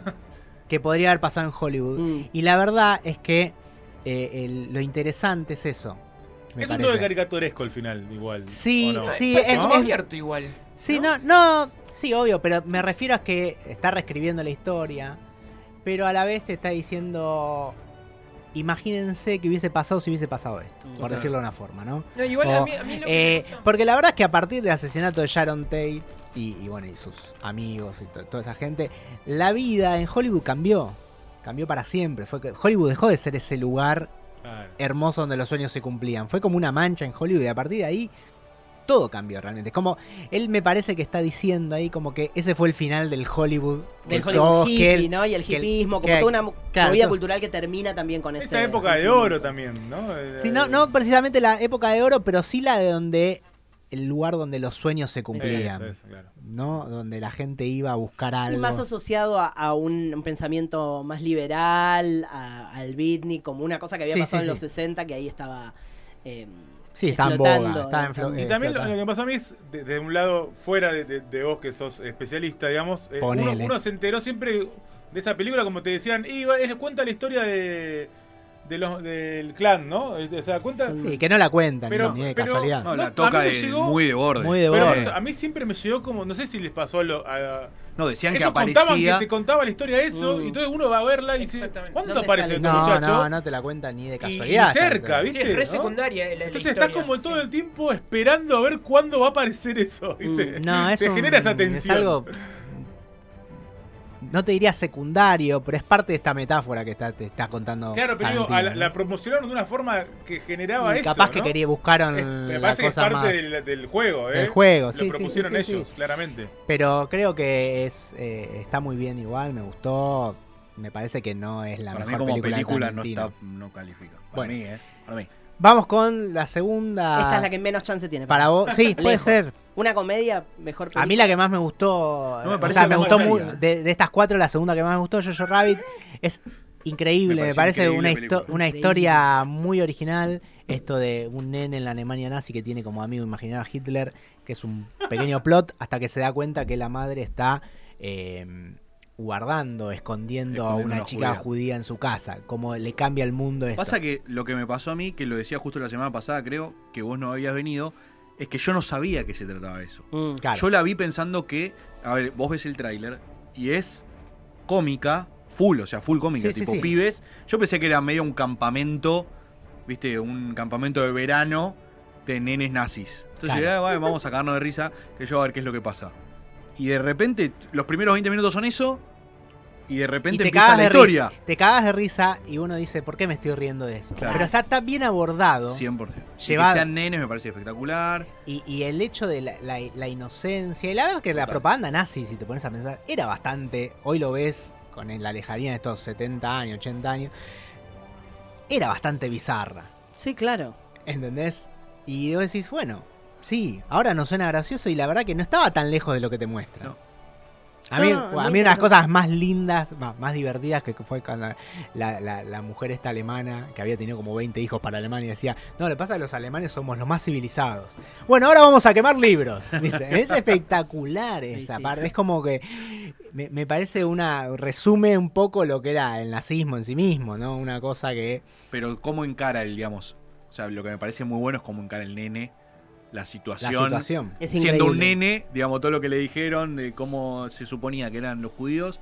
S3: que podría haber pasado en Hollywood.
S5: Mm.
S3: Y la verdad es que eh, el- lo interesante es eso. Me
S4: Es un
S3: parece.
S4: todo de caricaturesco al final, igual.
S3: Sí,
S4: ¿o no?
S3: sí,
S7: Parece
S3: pues es-
S7: muy
S3: es-
S7: abierto igual.
S3: Sí,
S7: ¿no?
S3: ¿no? no, sí, obvio, pero me refiero a que está reescribiendo la historia, pero a la vez te está diciendo, imagínense que hubiese pasado si hubiese pasado esto, por
S6: Total.
S3: decirlo de una forma, ¿no?
S7: No, igual a
S3: O,
S7: mí, a mí lo
S3: Eh,
S7: que me pasa-
S3: porque la verdad es que a partir del asesinato de Sharon Tate y, y bueno, y sus amigos y to- toda esa gente, la vida en Hollywood cambió, cambió para siempre. Fue que Hollywood dejó de ser ese lugar
S4: Claro.
S3: hermoso donde los sueños se cumplían. Fue como una mancha en Hollywood y a partir de ahí todo cambió realmente. Es como él me parece que está diciendo ahí como que ese fue el final del Hollywood.
S5: del
S3: que
S5: Hollywood
S3: todos- que
S5: hippie,
S3: él-
S5: ¿no? Y el
S3: que el-
S5: hippismo,
S3: que-
S5: como toda una mu-
S3: claro,
S5: movida
S3: todo-
S5: cultural que termina también con ese.
S4: Esa época de oro también, ¿no?
S3: Sí, no, no precisamente la época de oro, pero sí la de donde el lugar donde los sueños se cumplían.
S4: Eso, eso, claro.
S3: ¿No? Donde la gente iba a buscar
S5: Y
S3: algo.
S5: más asociado a, a un, un pensamiento más liberal, a- al Britney, como una cosa que había
S3: Sí,
S5: pasado
S3: sí,
S5: en los
S3: sí. Ah.
S5: 60, que ahí estaba. eh,
S3: Sí, está en
S5: explotando,
S3: boga, está en flo-
S5: ¿no?
S3: eh,
S4: Y también lo,
S3: total.
S4: lo que pasó a mí es, de- desde un lado, fuera de, de- de vos que sos especialista, digamos, eh, uno,
S3: Ponele.
S4: uno se enteró siempre de esa película, como te decían, y va- es- cuenta la historia de, de los, del clan, ¿no? O sea, cuenta...
S3: Sí, que no la cuentan,
S4: Pero-
S3: ni, ni de
S4: pero-
S3: casualidad.
S6: No,
S4: Ah. No, a
S6: la
S4: mí
S6: toca
S4: me
S6: de-
S4: llegó-
S6: muy de borde.
S3: Muy de
S4: Pero
S3: borde.
S4: a mí siempre me llegó como, no sé si les pasó a, lo- a-
S6: No, decían que
S4: Ellos contaban que
S6: aparecía.
S4: te contaba la historia de eso,
S3: Uh.
S5: Mm.
S4: y entonces uno va a verla y dice,
S7: Exactamente.
S4: ¿cuándo
S5: ¿Dónde
S4: aparece este
S5: está
S3: No,
S4: muchacho?
S3: no, no te la cuentan ni de
S4: Y- y
S3: casualidad.
S4: cerca,
S7: Sí,
S4: ¿viste?
S7: es re
S4: ¿no?
S7: secundaria la- la
S4: Entonces
S7: historia,
S4: está como todo
S7: sí.
S4: el tiempo esperando a ver cuándo va a aparecer eso, ¿viste?
S3: Mm, No, es
S4: Te
S3: un-
S4: genera esa
S3: es
S4: tensión.
S3: algo. No te diría secundario, pero es parte de esta metáfora que está, te está contando.
S4: Claro, pero digo,
S3: Tarantino,
S4: a la,
S3: ¿no?
S4: la promocionaron de una forma que generaba
S3: Y
S4: eso.
S3: Capaz que
S4: ¿no?
S3: quería buscaron
S4: Es- me
S3: la
S4: parece que es
S3: cosa
S4: parte
S3: más.
S4: del, del juego, ¿eh?
S3: del juego,
S4: Lo
S3: sí, sí,
S4: propusieron
S3: sí, sí,
S4: ellos,
S3: sí.
S4: claramente.
S3: Pero creo que es eh, está muy bien igual, me gustó. Me parece que no es la
S6: Para mí
S3: mejor
S6: como
S3: película, de
S6: película no,
S3: Tarantino.
S6: está, no califica. Para
S3: Bueno.
S6: mí, ¿eh? Para mí.
S3: Vamos con la segunda.
S5: Esta es la que menos chance tiene.
S3: para vos. Sí, puede
S5: Lejos.
S3: ser.
S5: Una comedia mejor
S3: A mí la que más me gustó,
S6: No me
S3: o
S6: parece
S3: sea,
S6: la
S3: me
S6: más
S3: gustó
S6: válida.
S3: mu- de, de estas cuatro, la segunda que más me gustó, Jojo Rabbit, es increíble, me
S6: Me
S3: parece,
S6: pareció
S3: una,
S6: increíble
S3: histo-
S6: película.
S3: una
S5: Increíble.
S3: historia muy original, esto de un nene en la Alemania nazi que tiene como amigo imaginario a Hitler, que es un pequeño plot, hasta que se da cuenta que la madre está eh, guardando, escondiendo a
S6: Escondiendo
S3: una
S6: una
S3: chica
S6: judía.
S3: judía en su casa, como le cambia el mundo esto.
S6: Pasa que lo que me pasó a mí, que lo decía justo la semana pasada, creo, que vos no habías venido, es que yo no sabía que se trataba eso.
S5: Mm.
S3: Claro.
S6: Yo la vi pensando que, a ver, vos ves el tráiler y es cómica, full, o sea, full cómica,
S3: Sí, sí,
S6: tipo
S3: sí.
S6: pibes. Yo pensé que era medio un campamento, viste, un campamento de verano de nenes nazis. Entonces,
S3: Claro.
S6: llegué, "Ah, bueno, vamos a cagarnos de risa, que yo a ver qué es lo que pasa. Y de repente, los primeros 20 minutos son eso, y de repente
S3: y te
S6: empieza
S3: cagas,
S6: la
S3: de
S6: historia.
S3: risa, te cagas de risa y uno dice, ¿por qué me estoy riendo de esto?
S6: Claro.
S3: Pero está tan bien abordado
S6: 100%. Y
S3: Llevado.
S6: Que sean nenes me parece espectacular.
S3: y, y el hecho de la, la- la inocencia y la verdad que la
S6: Total.
S3: propaganda nazi, si te pones a pensar, era bastante, hoy lo ves con la lejanía de estos 70 años, 80 años, era bastante bizarra,
S5: Sí, claro.
S3: ¿entendés? Y vos decís, bueno, sí, ahora no suena gracioso y la verdad que no estaba tan lejos de lo que te muestra.
S6: No.
S3: A mí,
S5: No, no,
S3: a
S5: no
S3: mí unas
S5: interesante.
S3: cosas más lindas, más, más divertidas que fue cuando la, la- la mujer esta alemana, que había tenido como 20 hijos para Alemania, decía, no, lo que pasa es que los alemanes somos los más civilizados. Bueno, ahora vamos a quemar libros. Dice, es espectacular
S5: Sí,
S3: esa
S5: sí,
S3: parte.
S5: sí.
S3: Es como que me, me parece una, resume un poco lo que era el nazismo en sí mismo, ¿no? Una cosa que...
S6: Pero cómo encara el, digamos. O sea, lo que me parece muy bueno es cómo encara el nene la
S3: La
S6: situación.
S3: situación.
S5: Es
S6: siendo un
S5: increíble.
S6: nene, digamos, todo lo que le dijeron de cómo se suponía que eran los judíos.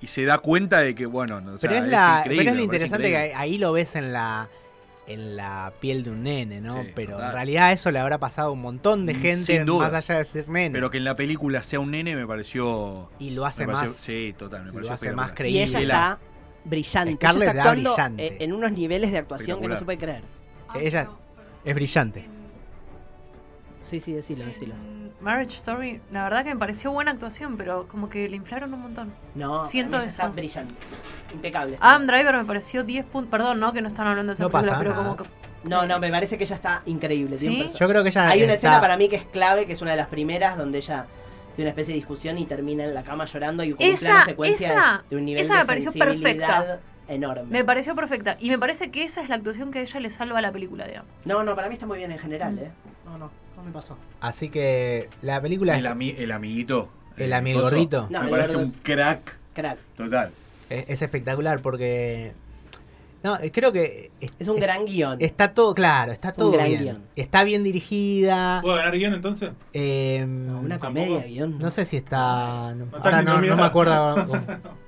S6: Y se da cuenta de que, bueno, no, o sea,
S3: pero es, la, pero
S6: increíble,
S3: es lo
S6: me parece
S3: interesante que
S6: increíble.
S3: ahí ahí lo ves en la en la piel de un nene, ¿no?
S6: Sí,
S3: pero en
S6: total.
S3: realidad eso le habrá pasado a un montón de
S6: Mm,
S3: gente
S6: sin duda.
S3: más allá de ser nene.
S6: Pero que en la película sea un nene me pareció.
S3: y lo hace
S6: me
S3: más
S6: pareció- sí, total, me
S3: lo
S6: pareció
S3: hace más
S6: espectacular.
S5: Y
S3: Increíble.
S5: ella está brillante. Ella
S3: Scarlett
S5: está
S3: da
S5: actuando
S3: brillante.
S5: eh, en unos niveles de actuación que no
S6: Espectacular.
S5: se puede creer.
S7: Ah,
S3: Ella- es brillante.
S5: Sí, sí, decilo, decilo.
S7: En Marriage Story, la verdad que me pareció buena actuación, pero como que le inflaron un montón.
S5: No,
S7: Siento
S5: ella está
S7: eso.
S5: brillante. Impecable.
S7: Adam Driver me pareció 10 puntos. Perdón, ¿no? Que no están hablando de esa
S3: Ah. No
S7: película,
S3: pasa
S7: pero
S3: nada.
S7: como que.
S5: No, no, me parece que ella está increíble. tiene un
S7: ¿Sí?
S5: perso-
S3: Yo creo que ella
S5: Hay una
S3: está-
S5: escena para mí que es clave, que es una de las primeras, donde ella tiene una especie de discusión y termina en la cama llorando y con
S7: Esa,
S5: un plano secuencia
S7: esa,
S5: de- de un nivel
S7: esa
S5: de
S7: me pareció
S5: sensibilidad
S7: perfecta.
S5: enorme.
S7: Me pareció perfecta. Y me parece que esa es la actuación que a ella le salva a la película, digamos.
S5: No, no, para mí está muy bien en
S7: Mm.
S5: general, ¿eh? No, no, no me pasó.
S3: Así que la película
S6: El,
S3: es,
S6: ami- el amiguito.
S3: El
S6: eh,
S3: amigo
S6: coso,
S3: gordito.
S5: No,
S6: me
S5: el
S6: parece
S5: gordo
S6: un
S5: es-
S6: crack
S5: Crack.
S6: total.
S3: es- es espectacular porque no, eh, creo que es-
S5: Es un
S3: es-
S5: gran guión.
S3: Está todo claro, está
S5: un
S3: todo
S5: gran
S3: bien.
S5: guión.
S3: Está bien dirigida.
S4: ¿Puedo ganar guión entonces?
S3: eh,
S5: No, una
S4: ¿Tampoco?
S5: comedia, guión.
S3: no sé si está. No,
S4: está
S3: ahora
S4: ni
S3: no, no me
S4: nominada.
S3: acuerdo. cómo-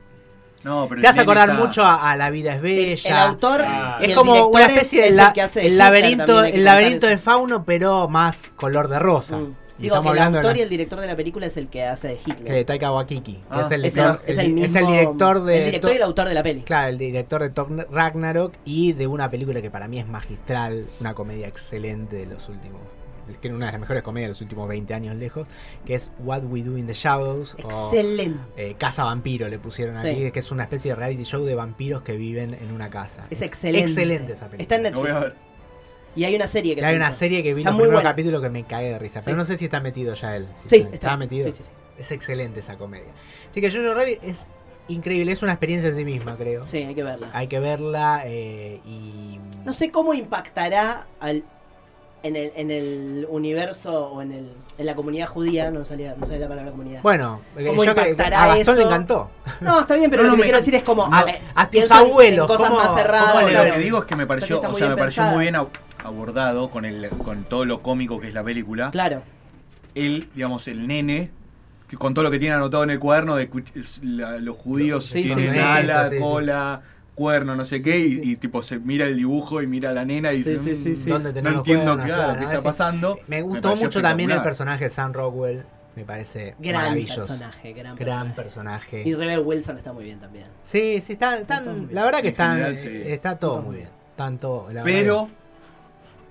S6: No, pero
S3: Te vas
S6: el
S3: a
S6: nene
S3: acordar
S6: está-
S3: mucho a, a La vida es
S5: El,
S3: bella.
S5: el autor
S4: Ah.
S5: y
S3: es
S5: el
S3: como
S5: director
S3: una especie
S5: es
S3: de
S5: el
S3: la-
S5: que hace
S3: el
S5: Hitler
S3: laberinto,
S5: también, hay que
S3: el
S5: contar
S3: laberinto de
S5: eso.
S3: Fauno, pero más color de rosa.
S5: Mm.
S3: Y
S5: Digo que
S3: estamos
S5: el
S3: hablando
S5: autor
S3: de
S5: y el director de la película es el que hace de Hitler.
S3: de Taika Waititi, que
S6: Ah,
S3: es el
S5: es,
S3: director,
S5: el, es
S3: el-
S5: el mismo-
S3: es el director de
S5: el director y el
S3: to-
S5: autor de la peli.
S3: Claro, el director de Thor Ragnarok y de una película que para mí es magistral, una comedia excelente de los últimos, es que es una de las mejores comedias de los últimos 20 años lejos, que es What We Do in the Shadows o
S5: Excelente.
S3: eh, Casa Vampiro le pusieron
S5: Sí.
S3: aquí, que es una especie de reality show de vampiros que viven en una casa.
S5: Es excelente.
S3: Excelente esa película.
S5: Está en
S6: Lo voy a ver.
S5: Y hay una serie que
S3: Y
S5: se
S3: hay una
S5: hizo.
S3: serie que vi
S5: Está
S3: los
S5: muy
S3: primeros
S5: buena.
S3: capítulos que me cae de risa. Pero
S5: Sí.
S3: no sé si está metido ya él. si está,
S5: Sí, está,
S3: ¿estaba metido.
S5: Sí, sí, sí.
S3: Es excelente esa comedia. Así que Jojo Rabbit es increíble. Es una experiencia en sí misma, creo.
S5: Sí, hay que verla.
S3: Hay que verla eh, y...
S5: No sé cómo impactará al, en, el, en el universo o en, el, en la comunidad judía. No me salía, no salía la palabra comunidad.
S3: Bueno, eh,
S5: ¿Cómo
S3: yo creo que
S5: impactará
S3: a Gastón le
S5: eso?
S3: encantó.
S5: no, está bien, pero
S6: No,
S5: lo
S6: no,
S5: que
S6: me-
S5: quiero decir es como.
S3: no,
S5: a ver,
S3: a tus
S5: pienso en- en
S3: abuelos,
S5: cosas
S3: ¿cómo-
S5: más cerradas.
S3: cómo
S6: Bueno,
S5: claro.
S6: lo que digo es que me pareció,
S5: está
S6: o
S5: muy
S6: sea,
S5: bien
S6: me pareció
S5: pensada.
S6: muy bien ab- abordado con el con todo lo cómico que es la película.
S5: Claro.
S6: El, digamos, el nene que con todo lo que tiene anotado en el cuaderno de cu- es la- los judíos
S5: Sí,
S6: tienen
S5: sí, sí,
S6: ala,
S3: sí, sí.
S6: cola, cuerno, no sé
S5: Sí,
S6: qué,
S5: sí,
S6: y,
S5: sí.
S6: y tipo se mira el dibujo y mira a la nena y
S5: Sí,
S6: dice,
S5: sí, sí,
S6: "Mm,
S5: sí.
S3: ¿Dónde
S6: no
S3: tenemos
S6: entiendo
S3: cuernos?
S6: claro, qué
S3: Claro,
S6: está
S3: sí.
S6: pasando.
S3: Me gustó
S6: pareció
S3: mucho también el
S6: espectacular.
S3: personaje de Sam Rockwell. Me parece
S5: Gran
S3: maravilloso.
S5: personaje, gran,
S3: Gran
S5: personaje.
S3: personaje.
S5: Y Rebel Wilson está muy bien también.
S3: Sí, sí, están, están-
S5: Está muy bien.
S3: la verdad que
S6: En
S3: están,
S6: general,
S3: eh,
S6: sí.
S3: está todo muy bien. Están todo, la verdad
S6: Pero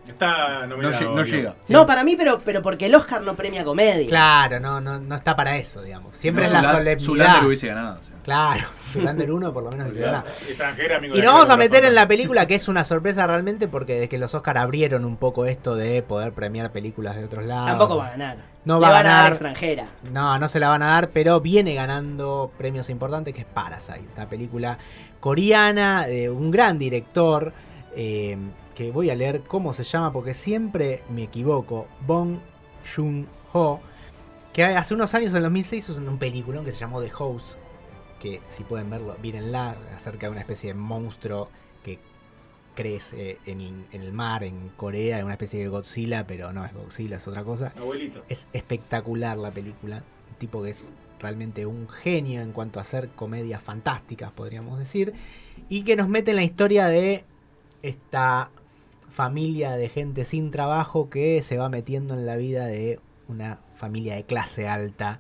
S4: Está
S6: no,
S4: nominado.
S6: lle- no
S4: Guión.
S6: llega.
S5: No, para mí, pero, pero porque el Oscar no premia comedia.
S3: Claro, no, no, no está para eso, digamos. Siempre
S6: No,
S3: es la
S6: Zula-
S3: solemnidad.
S6: Zulander hubiese ganado. o sea.
S3: Claro, Zulander 1 por lo menos
S4: O
S3: dice
S4: sea,
S3: nada.
S4: extranjera, amigo
S3: Y
S4: de
S3: nos vamos a
S4: Alejandro
S3: meter en
S4: Rafa.
S3: la película, que es una sorpresa realmente, porque desde que los Oscar abrieron un poco esto de poder premiar películas de otros lados.
S5: Tampoco va a ganar.
S3: No
S5: Le
S3: va a
S5: van
S3: ganar.
S5: dar extranjera.
S3: No, no se la van a dar, pero viene ganando premios importantes, que es Parasite, esta película coreana de un gran director, eh, que voy a leer cómo se llama, porque siempre me equivoco, Bong Joon-ho, que hace unos años, en el 2006, hizo un peliculón que se llamó The Host, que si pueden verlo, mírenla, acerca de una especie de monstruo que crece en, en el mar, en Corea, es una especie de Godzilla, pero no es Godzilla, es otra cosa.
S4: Abuelito.
S3: Es espectacular la película. Un tipo que es realmente un genio en cuanto a hacer comedias fantásticas, podríamos decir. Y que nos mete en la historia de esta familia de gente sin trabajo que se va metiendo en la vida de una familia de clase alta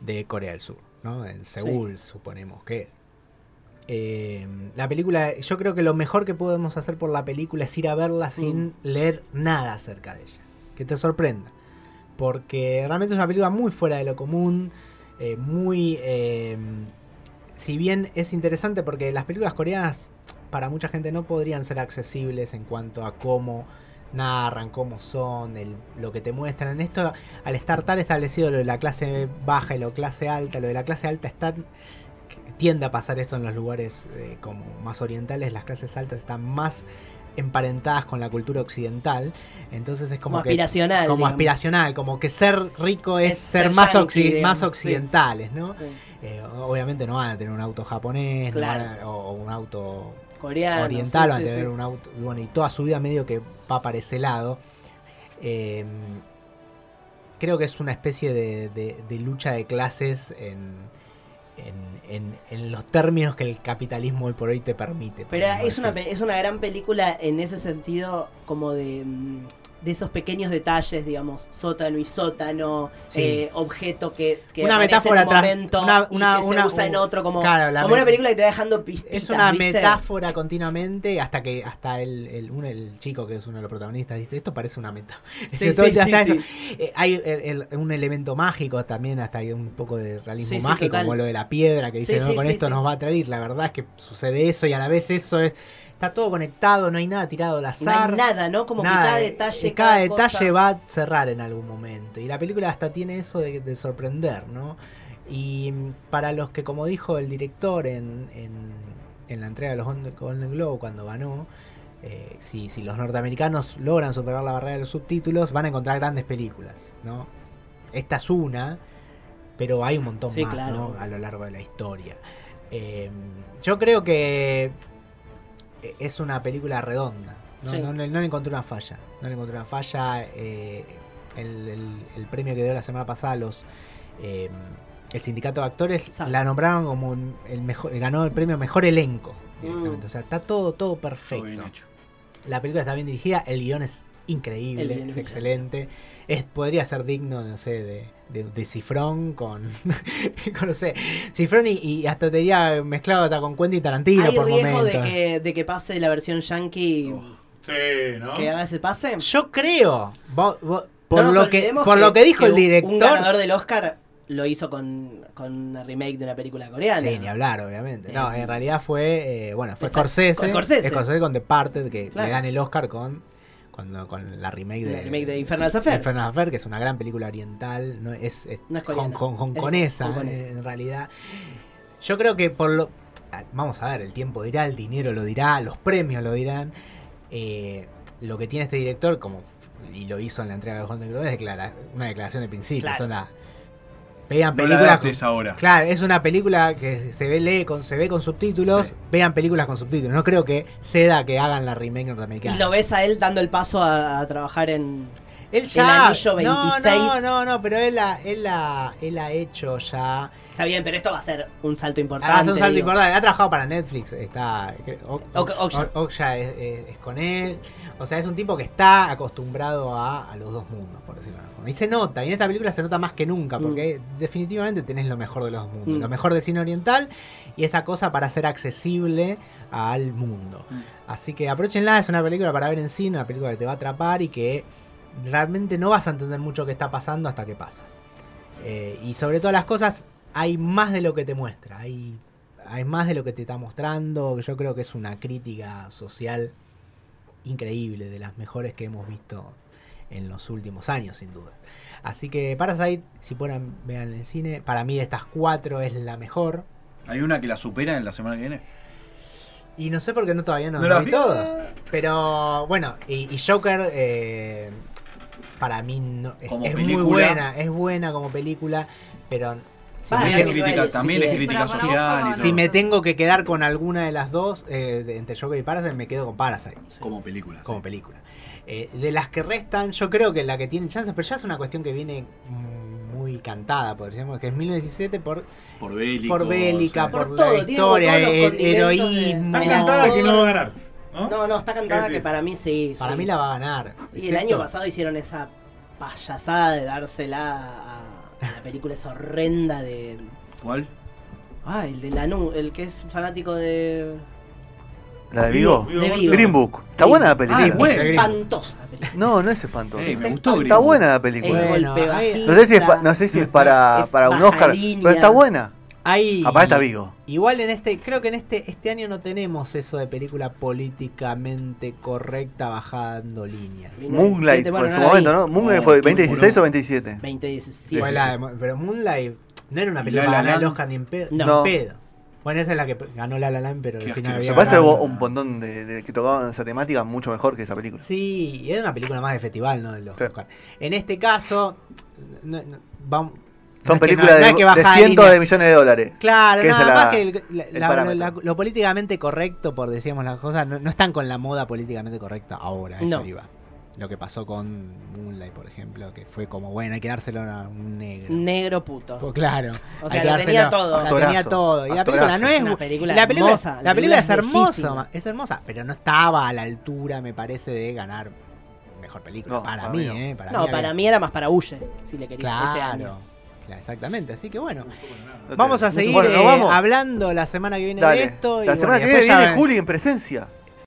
S3: de Corea del Sur, ¿no? En Seúl, suponemos que es. Eh, la película, yo creo que lo mejor que podemos hacer por la película es ir a verla sin leer nada acerca de ella. Que te sorprenda. Porque realmente es una película muy fuera de lo común. eh, muy... eh, si bien es interesante porque las películas coreanas para mucha gente no podrían ser accesibles en cuanto a cómo narran, cómo son, el- lo que te muestran. En esto, al estar tan establecido lo de la clase baja y lo de clase alta, lo de la clase alta está tiende a pasar esto en los lugares eh, como más orientales, las clases altas están más emparentadas con la cultura occidental, entonces es como,
S5: Como
S3: que-
S5: aspiracional,
S3: como
S5: digamos.
S3: aspiracional, como que ser rico es,
S5: Es
S3: ser,
S5: ser
S3: más,
S5: yankee,
S3: occi-
S5: digamos,
S3: más
S5: sí.
S3: occidentales, ¿no?
S5: Sí.
S3: Eh, obviamente no van a tener un auto japonés, no
S5: Claro.
S3: van a- o, o un auto
S5: Coreano.
S3: oriental,
S5: sí,
S3: van a
S5: sí,
S3: tener
S5: sí.
S3: un auto, bueno, y toda su vida medio que va para ese lado. Eh, creo que es una especie de, de- de lucha de clases en, en- en- en los términos que el capitalismo hoy por hoy te permite.
S5: Pero
S3: podemos
S5: es una,
S3: decir.
S5: pe- es una gran película en ese sentido, como de, mm, de esos pequeños detalles, digamos, sótano y sótano,
S3: Sí.
S5: eh, objeto que, que
S3: Una
S5: aparece
S3: metáfora
S5: en un
S3: tras-
S5: momento
S3: una- una-
S5: y que
S3: una-
S5: se usa en otro, como,
S3: Claro, la
S5: como una
S3: met-
S5: película que te va dejando pistitas,
S3: Es una
S5: ¿viste?
S3: metáfora continuamente hasta que hasta el, el, uno- el chico que es uno de los protagonistas dice, esto parece una metáfora.
S5: Sí,
S3: Entonces,
S5: sí,
S3: hasta
S5: sí,
S3: eso. Eh, hay el- el- un elemento mágico también, hasta hay un poco de realismo
S5: Sí, sí,
S3: mágico,
S5: total.
S3: como lo de la piedra, que
S5: Sí,
S3: dice, no,
S5: sí,
S3: con
S5: sí,
S3: esto
S5: sí.
S3: nos va a traer. Y La verdad es que sucede eso y a la vez eso es... Está todo conectado, no hay nada tirado al
S5: No hay
S3: azar.
S5: nada, ¿no? Como
S3: nada,
S5: que cada
S3: eh,
S5: detalle,
S3: cada
S5: cada, cosa-
S3: detalle va a cerrar en algún momento. Y la película hasta tiene eso de, de sorprender, ¿no? Y mm, para los que, como dijo el director en, en, en la entrega de los Golden- Golden Globe cuando ganó, eh, si, si los norteamericanos logran superar la barrera de los subtítulos, van a encontrar grandes películas, ¿no? Esta es una, pero hay un montón
S5: Sí,
S3: más
S5: claro.
S3: ¿no? a lo largo de la historia. Eh, yo creo que e-, es una película redonda. No,
S5: Sí.
S3: no, le- no le encontré una falla. No le encontré una falla. eh, el, el- el premio que dio la semana pasada a los eh, el sindicato de actores
S5: Exacto.
S3: la nombraron como un- el mejor ganó el premio mejor elenco. directamente. O
S5: Mm.
S3: sea, está todo todo
S6: Todo bien
S3: perfecto.
S6: hecho.
S3: La película está bien dirigida, el guión es increíble,
S5: El guión
S3: es
S5: es
S3: excelente. Es, podría ser digno, no sé, de, de, de Cifrón con, con, no sé, Cifrón y, y hasta te diría mezclado hasta con Quentin Tarantino
S5: Hay
S3: por
S5: riesgo de
S3: momentos.
S5: que, de que pase la versión yankee,
S4: Sí, ¿no?
S5: que haga ese pase.
S3: Yo creo, vo- vo- por,
S5: No nos
S3: lo, que,
S5: olvidemos
S3: por lo que dijo el
S5: un- Un ganador
S3: director...
S5: del Oscar lo hizo con, con una remake de una película coreana.
S3: Sí, ni hablar, obviamente. No,
S5: Eh,
S3: en realidad fue, eh, bueno, fue
S5: Exacto,
S3: Scorsese,
S5: con Scorsese.
S3: Scorsese con The Parted, que
S5: Claro.
S3: le dan el Oscar con, cuando, con la remake de...
S5: La remake de Infernal Affair.
S3: Infernal Affair, que es una gran película oriental, no es, es
S5: No es
S3: hong-
S5: coreana,
S3: hong-
S5: es
S3: hongkonesa,
S5: hongkonesa.
S3: eh, en realidad. Yo creo que por lo... ah, Vamos a ver, el tiempo dirá, el dinero lo dirá, los premios lo dirán. Eh, lo que tiene este director, como y lo hizo en la entrega de los Golden Globes, es declara- una declaración de principio.
S5: Claro.
S3: Son la- vean
S6: No la
S3: películas... con-
S6: adaptes ahora.
S3: Claro, es una película que se ve, lee con, se ve con subtítulos.
S6: Sí.
S3: Vean películas con subtítulos. No creo que ceda que hagan la remake
S5: Y
S3: norteamericana.
S5: lo ves a él dando el paso a, a trabajar en.
S3: él
S5: el anillo
S3: No, no,
S5: 26.
S3: no, no, pero él ha, él ha- él ha hecho ya.
S5: Está bien, pero esto va a ser un salto importante.
S3: Ha, un salto
S5: digo.
S3: importante. ha trabajado para Netflix. Está. O-
S5: Ok-
S3: O-
S5: Okja.
S3: O- Okja es, es- es con él. O sea, es un tipo que está acostumbrado a, a los dos mundos, por decirlo de alguna forma. Y se nota. Y en esta película se nota más que nunca, porque definitivamente tenés lo mejor de los dos mundos.
S5: Mm.
S3: Lo mejor del cine oriental y esa cosa para ser accesible al mundo. Así que aprovechenla, es una película para ver en cine, una película que te va a atrapar y que realmente no vas a entender mucho qué está pasando hasta que pasa. Eh, y sobre todas las cosas, hay más de lo que te muestra, hay, hay más de lo que te está mostrando. Yo creo que es una crítica social increíble, de las mejores que hemos visto en los últimos años, sin duda. Así que Parasite, si pueden vean en cine, para mí de estas cuatro es la mejor.
S6: ¿Hay una que la supera en la semana que viene?
S3: Y no sé por qué no todavía no,
S6: ¿No
S3: lo
S6: la
S3: vi
S6: vi?
S3: todo. Pero bueno, y, y Joker eh, para mí no- es,
S6: Como
S3: es muy
S6: película.
S3: buena, es buena como película, pero si,
S5: Ah,
S6: También
S3: me,
S6: es
S5: no,
S3: tengo,
S6: crítica,
S5: sí,
S6: también
S5: sí,
S6: es
S5: sí,
S6: crítica
S7: pero para
S6: social
S7: vos,
S6: y
S7: no.
S6: todo.
S3: si me tengo que quedar con alguna de las dos, eh, de- entre Joker y Parasite, me quedo con Parasite
S6: Como película. sí.
S3: como película. Eh, de las que restan, yo creo que la que tiene chances, pero ya es una cuestión que viene mm, muy cantada, podríamos decir, que es 1917 por,
S6: Por bélico.
S3: por bélica,
S6: sí.
S3: por,
S5: Por
S3: la
S5: todo, tiene como
S3: historia, eh,
S5: todos los
S3: el
S5: condimentos de-
S3: heroísmo.
S4: Está
S5: Mira,
S4: cantada
S5: todo-
S4: que no va a ganar. ¿no?
S5: No, no, está cantada
S4: ¿Qué
S5: que
S4: decís?
S5: para mí sí.
S3: Para
S5: sí.
S3: mí la va a ganar.
S5: Y el
S3: excepto-
S5: año pasado hicieron esa payasada de dársela a, a la película esa horrenda de.
S6: ¿Cuál?
S5: Ah, el de Lanú, el que es fanático de.
S2: La de Vigo.
S5: De Vigo.
S2: Green Book. Está buena la película.
S6: Ah, es buena.
S5: Espantosa la película.
S2: No, no es espantoso.
S6: Ey, me
S5: Es
S6: gustó.
S2: Está
S6: Green Book.
S2: buena la
S5: El
S2: película.
S3: Bueno,
S5: golpe
S3: ahí-
S5: bajista,
S2: No sé si es, pa- no sé si es para,
S5: es
S2: para un Oscar,
S5: baja
S2: pero está
S5: línea.
S2: buena.
S3: Hay-
S2: Aparte está Vigo.
S3: Igual en este, creo que en este, este año no tenemos eso de película políticamente correcta bajando línea.
S5: Vino el
S2: Moonlight,
S5: siete,
S2: por
S5: bueno,
S2: su
S5: la vi.
S2: momento, ¿no? Moonlight
S6: Oh,
S2: fue
S6: qué
S2: 2016 o
S6: bolón.
S2: 27.
S5: 2017.
S3: Fue la de Mo- pero Moonlight no era una
S6: Y
S3: película
S6: La La
S3: para ganar el
S6: Land.
S3: Oscar ni en pedo.
S5: No.
S3: ni
S2: No.
S3: en pedo. Bueno, esa es la que ganó La La Land, pero al
S6: Qué
S3: final
S6: asqueroso.
S3: había
S2: Me parece que
S3: ganado-
S2: hubo un montón de, de que tocaban esa temática mucho mejor que esa película.
S3: Sí, y era una película más de festival, no de los
S2: Sí.
S3: Oscar. En este caso, no- no- vamos- no
S2: Son
S3: es que no-
S2: películas
S3: no
S2: de,
S3: hay que
S2: de
S3: bajar
S2: cientos
S3: línea.
S2: de millones de dólares.
S3: Claro,
S2: que es
S3: nada
S2: la-
S3: más que el- la-
S2: el
S3: la-
S2: parámetro.
S3: la- lo políticamente correcto, por decíamos las cosas, no, no están con la moda políticamente correcta ahora, eso
S5: No.
S3: iba. Lo que pasó con Moonlight, por ejemplo, que fue como, bueno, hay que dárselo a un negro.
S5: Negro puto.
S3: Pues claro.
S5: O
S3: hay
S5: sea,
S3: que
S5: lo tenía
S3: dárselo-
S5: todo.
S3: la tenía
S2: Actorazo,
S3: todo. Y la película
S2: actorazo.
S3: no
S5: Es
S3: es.
S5: una
S3: bu-
S5: película
S3: la película,
S5: hermosa,
S3: la película
S5: la película
S3: es
S5: es
S3: hermosa,
S5: bellísima.
S3: ma- es hermosa, pero no estaba a la altura, me parece, de ganar mejor película.
S2: No,
S3: para,
S2: para
S3: mí,
S2: mí no.
S3: ¿eh? Para
S5: No,
S3: mí
S5: para
S3: había-
S5: mí era más para Huye, si le quería ese
S3: Claro.
S5: año.
S3: Claro, Exactamente, así que bueno.
S2: No te-
S3: Vamos a
S2: no te-
S3: seguir
S2: Bueno, nos
S3: eh,
S2: vamos.
S3: hablando la semana que viene
S2: Dale.
S3: de esto. y
S2: La
S3: bueno,
S2: semana
S3: y
S2: que viene
S3: después ya
S2: viene
S3: ven-
S2: Juli en presencia.